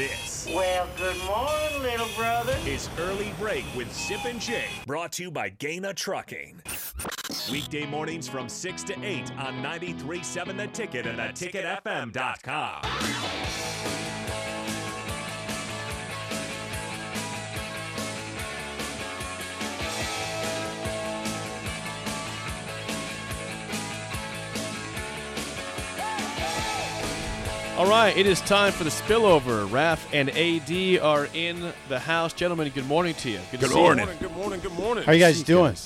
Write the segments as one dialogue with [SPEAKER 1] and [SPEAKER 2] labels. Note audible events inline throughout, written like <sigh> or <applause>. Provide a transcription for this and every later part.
[SPEAKER 1] This
[SPEAKER 2] Well, good morning, little brother.
[SPEAKER 1] is Early Break with Zip and Jay, brought to you by Gaina Trucking. Weekday mornings from 6 to 8 on 93.7 The Ticket and theticketfm.com.
[SPEAKER 3] All right, it is time for the spillover. Raf and AD are in the house. Gentlemen, good morning to you. Good, to see you.
[SPEAKER 4] Good morning. Good morning.
[SPEAKER 5] How are you guys doing?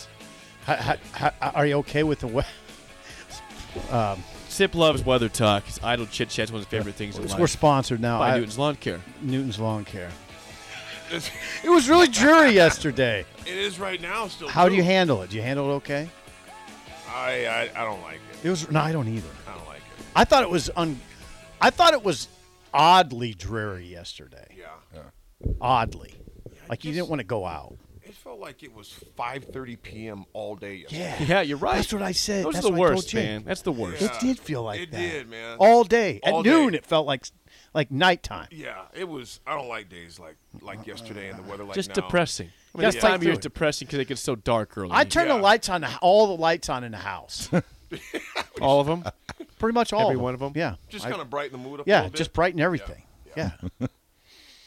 [SPEAKER 5] How, how, how, are you okay with the weather?
[SPEAKER 3] Sip loves weather talk. His idle chit chat is one of his favorite
[SPEAKER 5] <laughs>
[SPEAKER 3] things in life.
[SPEAKER 5] We're sponsored now.
[SPEAKER 3] by
[SPEAKER 5] I-
[SPEAKER 3] Newton's Lawn Care.
[SPEAKER 5] Newton's
[SPEAKER 4] <laughs>
[SPEAKER 5] Lawn Care. it was really dreary yesterday.
[SPEAKER 4] It is right now still.
[SPEAKER 5] How do you
[SPEAKER 4] too.
[SPEAKER 5] handle it? Do you handle it okay?
[SPEAKER 4] I, I I don't like it.
[SPEAKER 5] It was. No, I don't either.
[SPEAKER 4] I don't like it.
[SPEAKER 5] I thought it was un. I thought it was oddly dreary yesterday.
[SPEAKER 4] Yeah.
[SPEAKER 5] Oddly, like you
[SPEAKER 4] just-
[SPEAKER 5] didn't want to go out.
[SPEAKER 4] It felt like it was 5:30 p.m. all day. yesterday.
[SPEAKER 5] Yeah.
[SPEAKER 3] Yeah, you're right.
[SPEAKER 5] That's what I said.
[SPEAKER 3] Those
[SPEAKER 5] That's
[SPEAKER 3] are the
[SPEAKER 5] what I told
[SPEAKER 3] worst,
[SPEAKER 5] Jake.
[SPEAKER 3] man. That's the worst.
[SPEAKER 5] It did feel like
[SPEAKER 4] It
[SPEAKER 5] that.
[SPEAKER 4] did, man.
[SPEAKER 5] All day. At
[SPEAKER 4] All day.
[SPEAKER 5] noon, it felt like like nighttime.
[SPEAKER 4] Yeah. It was. I don't like days like like yesterday and the weather like
[SPEAKER 3] Just
[SPEAKER 4] now.
[SPEAKER 3] depressing. I mean,
[SPEAKER 5] Yeah.
[SPEAKER 3] this time of year is
[SPEAKER 5] Yeah.
[SPEAKER 3] depressing because it gets so dark early.
[SPEAKER 5] I turned
[SPEAKER 4] Yeah.
[SPEAKER 5] the lights on, the, all the lights on in the house. <laughs>
[SPEAKER 3] all of them.
[SPEAKER 5] Pretty much all
[SPEAKER 3] Every
[SPEAKER 5] of them.
[SPEAKER 3] one of 'em?
[SPEAKER 5] Yeah.
[SPEAKER 4] Just
[SPEAKER 5] I-
[SPEAKER 4] kind of brighten the mood up. a
[SPEAKER 5] yeah,
[SPEAKER 4] little bit.
[SPEAKER 5] just brighten everything. Yeah.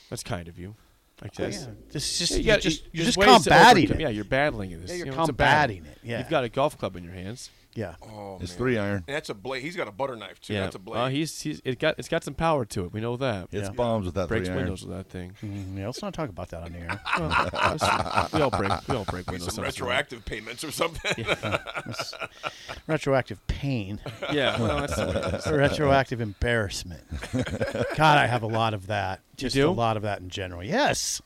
[SPEAKER 3] That's kind of you. I
[SPEAKER 5] Oh, Yeah.
[SPEAKER 3] guess.
[SPEAKER 5] This just
[SPEAKER 3] Yeah,
[SPEAKER 5] you
[SPEAKER 3] you got-
[SPEAKER 5] just
[SPEAKER 3] you-
[SPEAKER 5] you're
[SPEAKER 3] there's
[SPEAKER 5] just
[SPEAKER 3] ways to
[SPEAKER 5] combating
[SPEAKER 3] overcome-
[SPEAKER 5] it.
[SPEAKER 3] Yeah, you're battling it. It's,
[SPEAKER 5] Yeah, you're
[SPEAKER 3] you know, it's a battle.
[SPEAKER 5] combating it, yeah.
[SPEAKER 3] You've got a golf club in your hands.
[SPEAKER 5] Yeah.
[SPEAKER 4] Oh,
[SPEAKER 6] It's
[SPEAKER 4] man.
[SPEAKER 6] three iron.
[SPEAKER 4] And that's a blade. He's got a butter knife too. That's a blade.
[SPEAKER 3] Well, he's he's it got it's got some power to it. We know that.
[SPEAKER 6] It's
[SPEAKER 5] Yeah.
[SPEAKER 6] bombs with that
[SPEAKER 3] Breaks
[SPEAKER 6] three iron.
[SPEAKER 3] windows with that thing.
[SPEAKER 6] <laughs>
[SPEAKER 5] Mm, yeah, Let's not talk about that on the air. <laughs>
[SPEAKER 3] Well, listen, we all break we
[SPEAKER 4] <laughs>
[SPEAKER 3] all break windows.
[SPEAKER 4] Some
[SPEAKER 3] sometimes.
[SPEAKER 4] retroactive payments or something.
[SPEAKER 5] That's retroactive pain,
[SPEAKER 4] <laughs>
[SPEAKER 3] Yeah, well, that's the way it is.
[SPEAKER 5] retroactive embarrassment. God, I have a lot of that. Just
[SPEAKER 3] do?
[SPEAKER 5] a lot of that in general. Yes.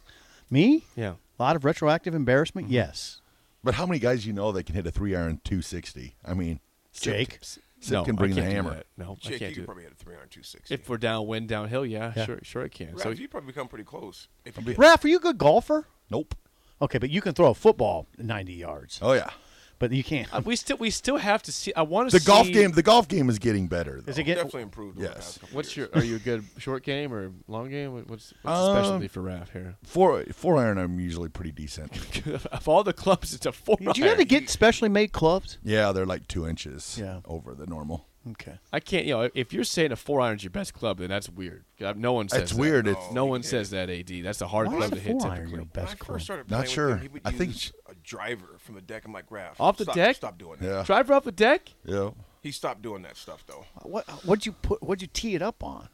[SPEAKER 5] Me?
[SPEAKER 3] Yeah.
[SPEAKER 5] A lot of retroactive embarrassment? Yes.
[SPEAKER 6] But how many guys you know that can hit a three iron 260? I mean, Sip-
[SPEAKER 5] Jake?
[SPEAKER 6] Sip can bring
[SPEAKER 3] I
[SPEAKER 6] the
[SPEAKER 3] can't do
[SPEAKER 6] hammer.
[SPEAKER 3] that. No,
[SPEAKER 4] <laughs>
[SPEAKER 3] I
[SPEAKER 4] Jake,
[SPEAKER 3] can't
[SPEAKER 4] you
[SPEAKER 3] do
[SPEAKER 4] could
[SPEAKER 3] it.
[SPEAKER 4] probably hit a three iron two sixty.
[SPEAKER 3] If we're downwind, downhill, yeah,
[SPEAKER 5] Yeah.
[SPEAKER 3] sure, sure, I can.
[SPEAKER 4] Ralph,
[SPEAKER 3] So
[SPEAKER 4] you probably come pretty close. If you get-
[SPEAKER 5] Raph, are you a good golfer?
[SPEAKER 6] Nope.
[SPEAKER 5] Okay, but you can throw a football 90 yards,
[SPEAKER 6] Oh yeah.
[SPEAKER 5] but you can't.
[SPEAKER 3] uh, we still, we still have to see. I want to
[SPEAKER 6] The
[SPEAKER 3] see
[SPEAKER 6] golf game. The golf game is getting better. Though.
[SPEAKER 5] Is it get,
[SPEAKER 4] definitely improved. over the
[SPEAKER 6] Yes.
[SPEAKER 4] past couple
[SPEAKER 3] What's
[SPEAKER 4] years.
[SPEAKER 3] your? Are you a good short game or long game? What- What's, what's the
[SPEAKER 6] Um,
[SPEAKER 3] specialty for Raf here? <laughs>
[SPEAKER 6] four four iron? I'm usually pretty decent.
[SPEAKER 3] of all the clubs, it's a four.
[SPEAKER 5] do you have to get specially made clubs?
[SPEAKER 6] yeah, they're like two inches
[SPEAKER 5] Yeah.
[SPEAKER 6] over the normal.
[SPEAKER 5] Okay.
[SPEAKER 3] I can't. You know, if you're saying a four iron's your best club, then that's weird. Uh, No one says
[SPEAKER 6] It's
[SPEAKER 3] that.
[SPEAKER 6] weird. It's
[SPEAKER 3] No one says that. Ad. That's a hard
[SPEAKER 5] Why is
[SPEAKER 3] club
[SPEAKER 5] the
[SPEAKER 3] to hit
[SPEAKER 5] four iron your
[SPEAKER 3] typically.
[SPEAKER 4] When I
[SPEAKER 5] best club?
[SPEAKER 4] first started
[SPEAKER 6] Not
[SPEAKER 4] playing
[SPEAKER 6] sure.
[SPEAKER 4] With him, he would
[SPEAKER 6] I
[SPEAKER 4] use
[SPEAKER 6] think-
[SPEAKER 4] a driver from the deck. I'm like, Raph,
[SPEAKER 3] Off the
[SPEAKER 4] stop,
[SPEAKER 3] deck?
[SPEAKER 4] Stop doing that.
[SPEAKER 6] Yeah.
[SPEAKER 3] Driver off the deck.
[SPEAKER 6] Yeah.
[SPEAKER 4] He stopped doing that stuff though.
[SPEAKER 5] What what'd you put? What'd you tee it up on?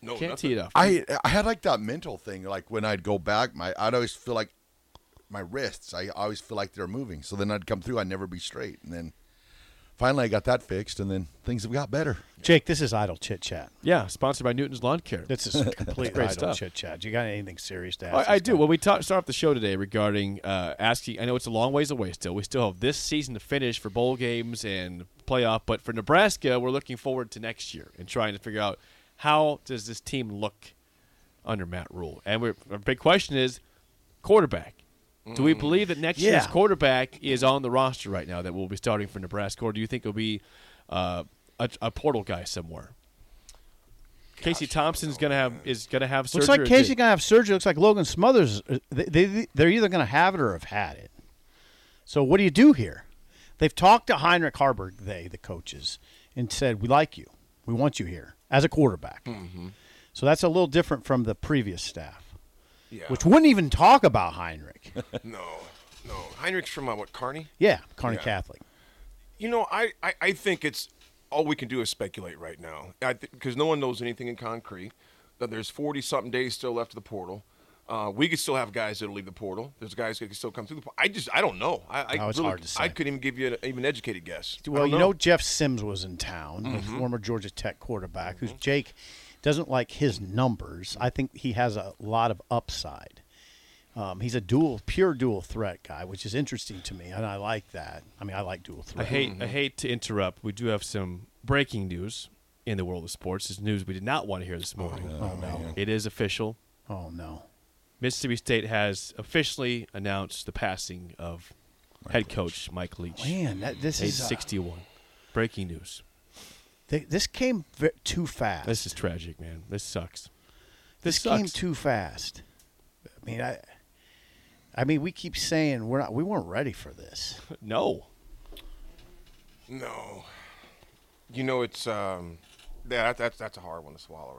[SPEAKER 4] No,
[SPEAKER 3] Can't
[SPEAKER 4] Oh, nothing.
[SPEAKER 3] tee it off.
[SPEAKER 6] I I had like that mental thing. Like when I'd go back, my I'd always feel like my wrists. I always feel like they're moving. So then I'd come through. I'd never be straight. And then finally, I got that fixed. And then things have got better.
[SPEAKER 5] Jake, this is idle chit chat.
[SPEAKER 3] Yeah, sponsored by Newton's Lawn Care. <laughs>
[SPEAKER 5] This is complete
[SPEAKER 3] great
[SPEAKER 5] idle
[SPEAKER 3] stuff.
[SPEAKER 5] chit chat. You got anything serious to ask?
[SPEAKER 3] I, I
[SPEAKER 5] this
[SPEAKER 3] do.
[SPEAKER 5] guy?
[SPEAKER 3] Well, we talk, start off the show today regarding uh, asking. I know it's a long ways away still. We still have this season to finish for bowl games and playoff, but for Nebraska, we're looking forward to next year and trying to figure out how does this team look under Matt Rule. And we're, our big question is quarterback. Do we believe that next year's
[SPEAKER 5] Mm. Yeah.
[SPEAKER 3] quarterback is on the roster right now that will be starting for Nebraska, or do you think it'll be uh, a, a portal guy somewhere? Casey Thompson's gonna have is gonna have surgery.
[SPEAKER 5] looks like
[SPEAKER 3] or
[SPEAKER 5] Casey
[SPEAKER 3] did-
[SPEAKER 5] gonna have surgery. Looks like Logan Smothers. uh, They, they they're either gonna have it or have had it. So what do you do here? They've talked to Heinrich Harburg, they the coaches, and said we like you. We want you here as a quarterback.
[SPEAKER 3] Mm-hmm.
[SPEAKER 5] So that's a little different from the previous staff,
[SPEAKER 4] Yeah.
[SPEAKER 5] which wouldn't even talk
[SPEAKER 3] <laughs>
[SPEAKER 5] about Heinrich.
[SPEAKER 4] No, no. Heinrich's from uh, what? Carney.
[SPEAKER 5] yeah, Carney
[SPEAKER 4] Yeah.
[SPEAKER 5] Catholic.
[SPEAKER 4] You know, I, I, I think it's all we can do is speculate right now, because no one knows anything in concrete. That there's forty something days still left of the portal. Uh, we could still have guys that'll leave the portal. There's guys that can still come through the portal. I just I don't know. I, I
[SPEAKER 5] No, it's
[SPEAKER 4] really-
[SPEAKER 5] hard to
[SPEAKER 4] I
[SPEAKER 5] say.
[SPEAKER 4] couldn't even give you an even educated guess. I
[SPEAKER 5] Well,
[SPEAKER 4] don't
[SPEAKER 5] you know, Jeff Sims was in town, the former Georgia Tech quarterback, who's Jake doesn't like his numbers. I think he has a lot of upside. Um, he's a dual, pure dual threat guy, which is interesting to me, and I like that. I mean, I like dual
[SPEAKER 3] I
[SPEAKER 5] threat.
[SPEAKER 3] hate I hate to interrupt. We do have some breaking news in the world of sports. It's news we did not want to hear this morning.
[SPEAKER 5] Oh no!
[SPEAKER 3] It is official.
[SPEAKER 5] Oh no!
[SPEAKER 3] Mississippi State has officially announced the passing of head coach Mike Leach, age
[SPEAKER 5] Man, that, this is uh,
[SPEAKER 3] 61. Breaking news.
[SPEAKER 5] th- this came ve- too fast.
[SPEAKER 3] This is tragic, man. This sucks. This
[SPEAKER 5] this came
[SPEAKER 3] sucks.
[SPEAKER 5] too fast. I mean, I, I mean, we keep saying we're not, we weren't ready for this.
[SPEAKER 3] No.
[SPEAKER 4] No. You know, it's um, yeah, that, that's that's a hard one to swallow.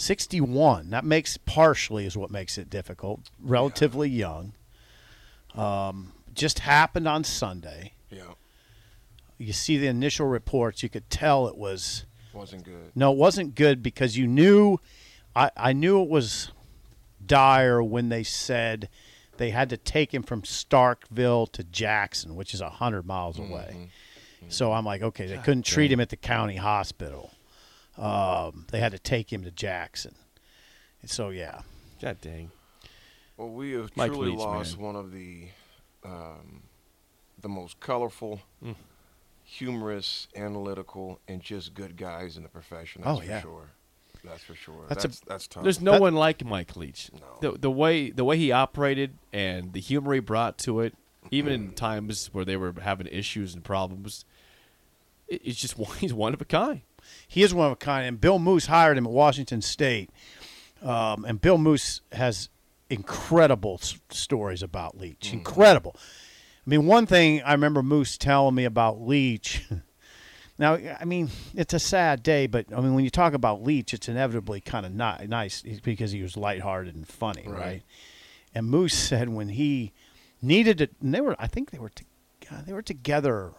[SPEAKER 5] Sixty-one. That makes partially is what makes it difficult. Relatively young. Um, just happened on Sunday.
[SPEAKER 4] Yeah,
[SPEAKER 5] You see the initial reports. You could tell it was
[SPEAKER 4] wasn't good.
[SPEAKER 5] No, it wasn't good because you knew I, I knew it was dire when they said they had to take him from Starkville to Jackson, which is 100 miles away. So I'm like, okay, they couldn't treat him at the county hospital. Um, they had to take him to Jackson. And so, yeah.
[SPEAKER 3] God dang.
[SPEAKER 4] Well, we have
[SPEAKER 3] Mike
[SPEAKER 4] truly
[SPEAKER 3] Leach,
[SPEAKER 4] lost
[SPEAKER 3] man.
[SPEAKER 4] one of the um, the most colorful, humorous, analytical, and just good guys in the profession. That's
[SPEAKER 5] Oh, yeah.
[SPEAKER 4] for sure. That's for sure.
[SPEAKER 5] That's
[SPEAKER 4] That's
[SPEAKER 5] a-
[SPEAKER 4] that's, tough.
[SPEAKER 3] There's no
[SPEAKER 5] That-
[SPEAKER 3] one like Mike Leach.
[SPEAKER 4] No.
[SPEAKER 3] The, the way the way he operated and the humor he brought to it, even in times where they were having issues and problems, it, it's just <laughs> one, he's one of a kind.
[SPEAKER 5] He is one of a kind. And Bill Moose hired him at Washington State. Um, and Bill Moose has incredible s- stories about Leach. Incredible. I mean, one thing I remember Moose telling me about Leach. <laughs> Now, I mean, it's a sad day, but I mean, when you talk about Leach, it's inevitably kind of not nice because he was lighthearted and funny, right? And Moose said when he needed it, and they were, I think they were, to, God, they were together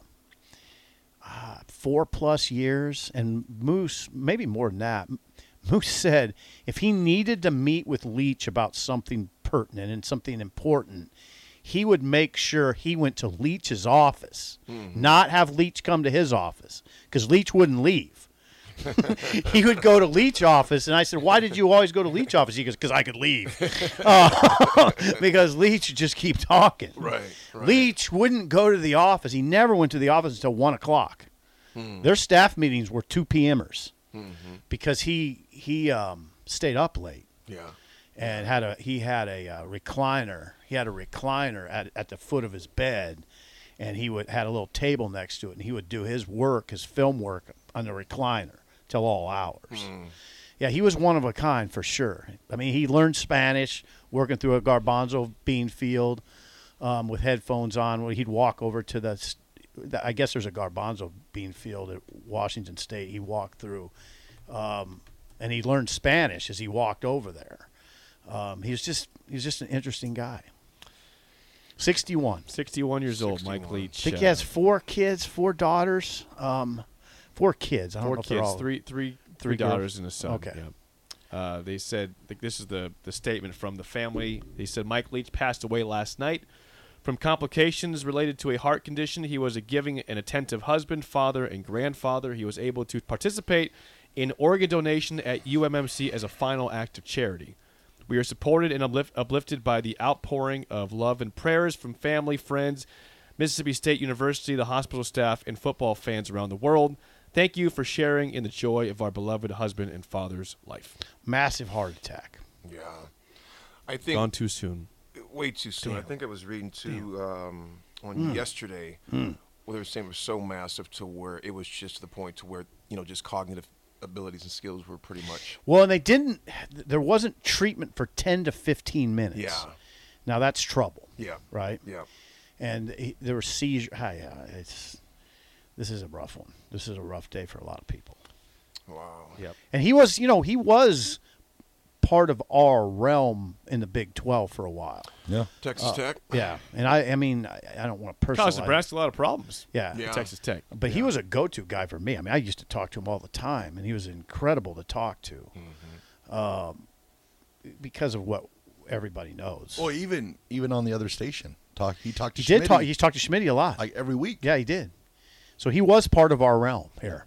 [SPEAKER 5] four plus years, and Moose, maybe more than that. <laughs> Moose said if he needed to meet with Leach about something pertinent and something important, he would make sure he went to Leach's office, not have Leach come to his office because Leach wouldn't leave. <laughs> he would go to Leach office, and I said, "Why did you always go to Leach office?" He goes, "Because I
[SPEAKER 4] <laughs>
[SPEAKER 5] could leave, Uh, <laughs> because Leach would just keep talking."
[SPEAKER 4] Right, right.
[SPEAKER 5] Leach wouldn't go to the office. He never went to the office until one o'clock.
[SPEAKER 4] Hmm.
[SPEAKER 5] Their staff meetings were two p.m.ers
[SPEAKER 4] Mm-hmm.
[SPEAKER 5] because he he um, stayed up late
[SPEAKER 4] yeah.
[SPEAKER 5] and had a he had a uh, recliner. He had a recliner at at the foot of his bed, and he would had a little table next to it, and he would do his work, his film work, on the recliner till all hours. Yeah, he was one of a kind for sure. I mean, he learned Spanish working through a garbanzo bean field um, with headphones on. Where he'd walk over to the, s- the- I guess there's a garbanzo bean field at Washington State. He walked through, um, and he learned Spanish as he walked over there. Um, he was just he was just an interesting guy. Sixty one.
[SPEAKER 3] 61 years old, Mike Leach.
[SPEAKER 5] I think
[SPEAKER 3] uh,
[SPEAKER 5] he has four kids, four daughters, um, four kids. I don't
[SPEAKER 3] four
[SPEAKER 5] know if they're
[SPEAKER 3] kids,
[SPEAKER 5] all-
[SPEAKER 3] three, three,
[SPEAKER 5] Three
[SPEAKER 3] three
[SPEAKER 5] girls?
[SPEAKER 3] daughters and a son.
[SPEAKER 5] Okay.
[SPEAKER 3] yeah. Uh, they said like, this is the the statement from the family. They said Mike Leach passed away last night from complications related to a heart condition. He was a giving and attentive husband, father, and grandfather. He was able to participate in organ donation at UMMC as a final act of charity. We are supported and uplift, uplifted by the outpouring of love and prayers from family, friends, Mississippi State University, the hospital staff, and football fans around the world. Thank you for sharing in the joy of our beloved husband and father's life.
[SPEAKER 5] Massive heart attack.
[SPEAKER 4] Yeah. I think
[SPEAKER 3] Gone too soon.
[SPEAKER 4] way too soon. I think I was reading too um, on yesterday where they were saying it was so massive to where it was just to the point to where you know just cognitive abilities and skills were pretty much
[SPEAKER 5] Well, and they didn't. There wasn't treatment for ten to fifteen minutes.
[SPEAKER 4] Yeah.
[SPEAKER 5] Now that's trouble.
[SPEAKER 4] yeah
[SPEAKER 5] Right.
[SPEAKER 4] yeah
[SPEAKER 5] And he, there were seizure. Hi, yeah, it's this is a rough one. This is a rough day for a lot of people.
[SPEAKER 4] wow
[SPEAKER 5] And he was, you know, he was part of our realm in the Big Twelve for a while.
[SPEAKER 6] Yeah.
[SPEAKER 4] Texas Tech
[SPEAKER 5] Yeah. And I, I mean, I, I don't want to personalize.
[SPEAKER 3] Caused Nebraska a lot of problems.
[SPEAKER 5] Yeah.
[SPEAKER 4] Yeah.
[SPEAKER 3] Texas Tech.
[SPEAKER 5] But he was a go-to guy for me. I mean, I used to talk to him all the time, and he was incredible to talk to, um, because of what everybody knows.
[SPEAKER 6] Well, even even on the other station, talk. He talked to
[SPEAKER 5] he did
[SPEAKER 6] Schmitty,
[SPEAKER 5] talk. He talked to Schmidt a lot.
[SPEAKER 6] like every week.
[SPEAKER 5] yeah, he did. So he was part of our realm here.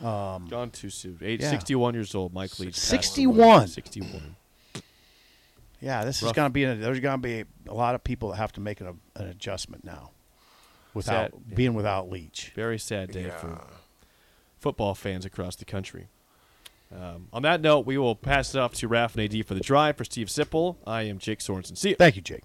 [SPEAKER 3] Gone too soon. Age
[SPEAKER 5] yeah.
[SPEAKER 3] 61 years old. Mike Leach. passed away.
[SPEAKER 5] 61.
[SPEAKER 3] 61.
[SPEAKER 5] Yeah, this is
[SPEAKER 3] Rough.
[SPEAKER 5] going to be a, there's going to be a lot of people that have to make an, an adjustment now, without
[SPEAKER 3] Sad, yeah.
[SPEAKER 5] being without Leach.
[SPEAKER 3] Very sad day for
[SPEAKER 4] Yeah.
[SPEAKER 3] football fans across the country. Um, on that note, we will pass it off to Raf and AD for the drive. For Steve Sipple, I am Jake Sorensen. See you.
[SPEAKER 5] Thank you, Jake.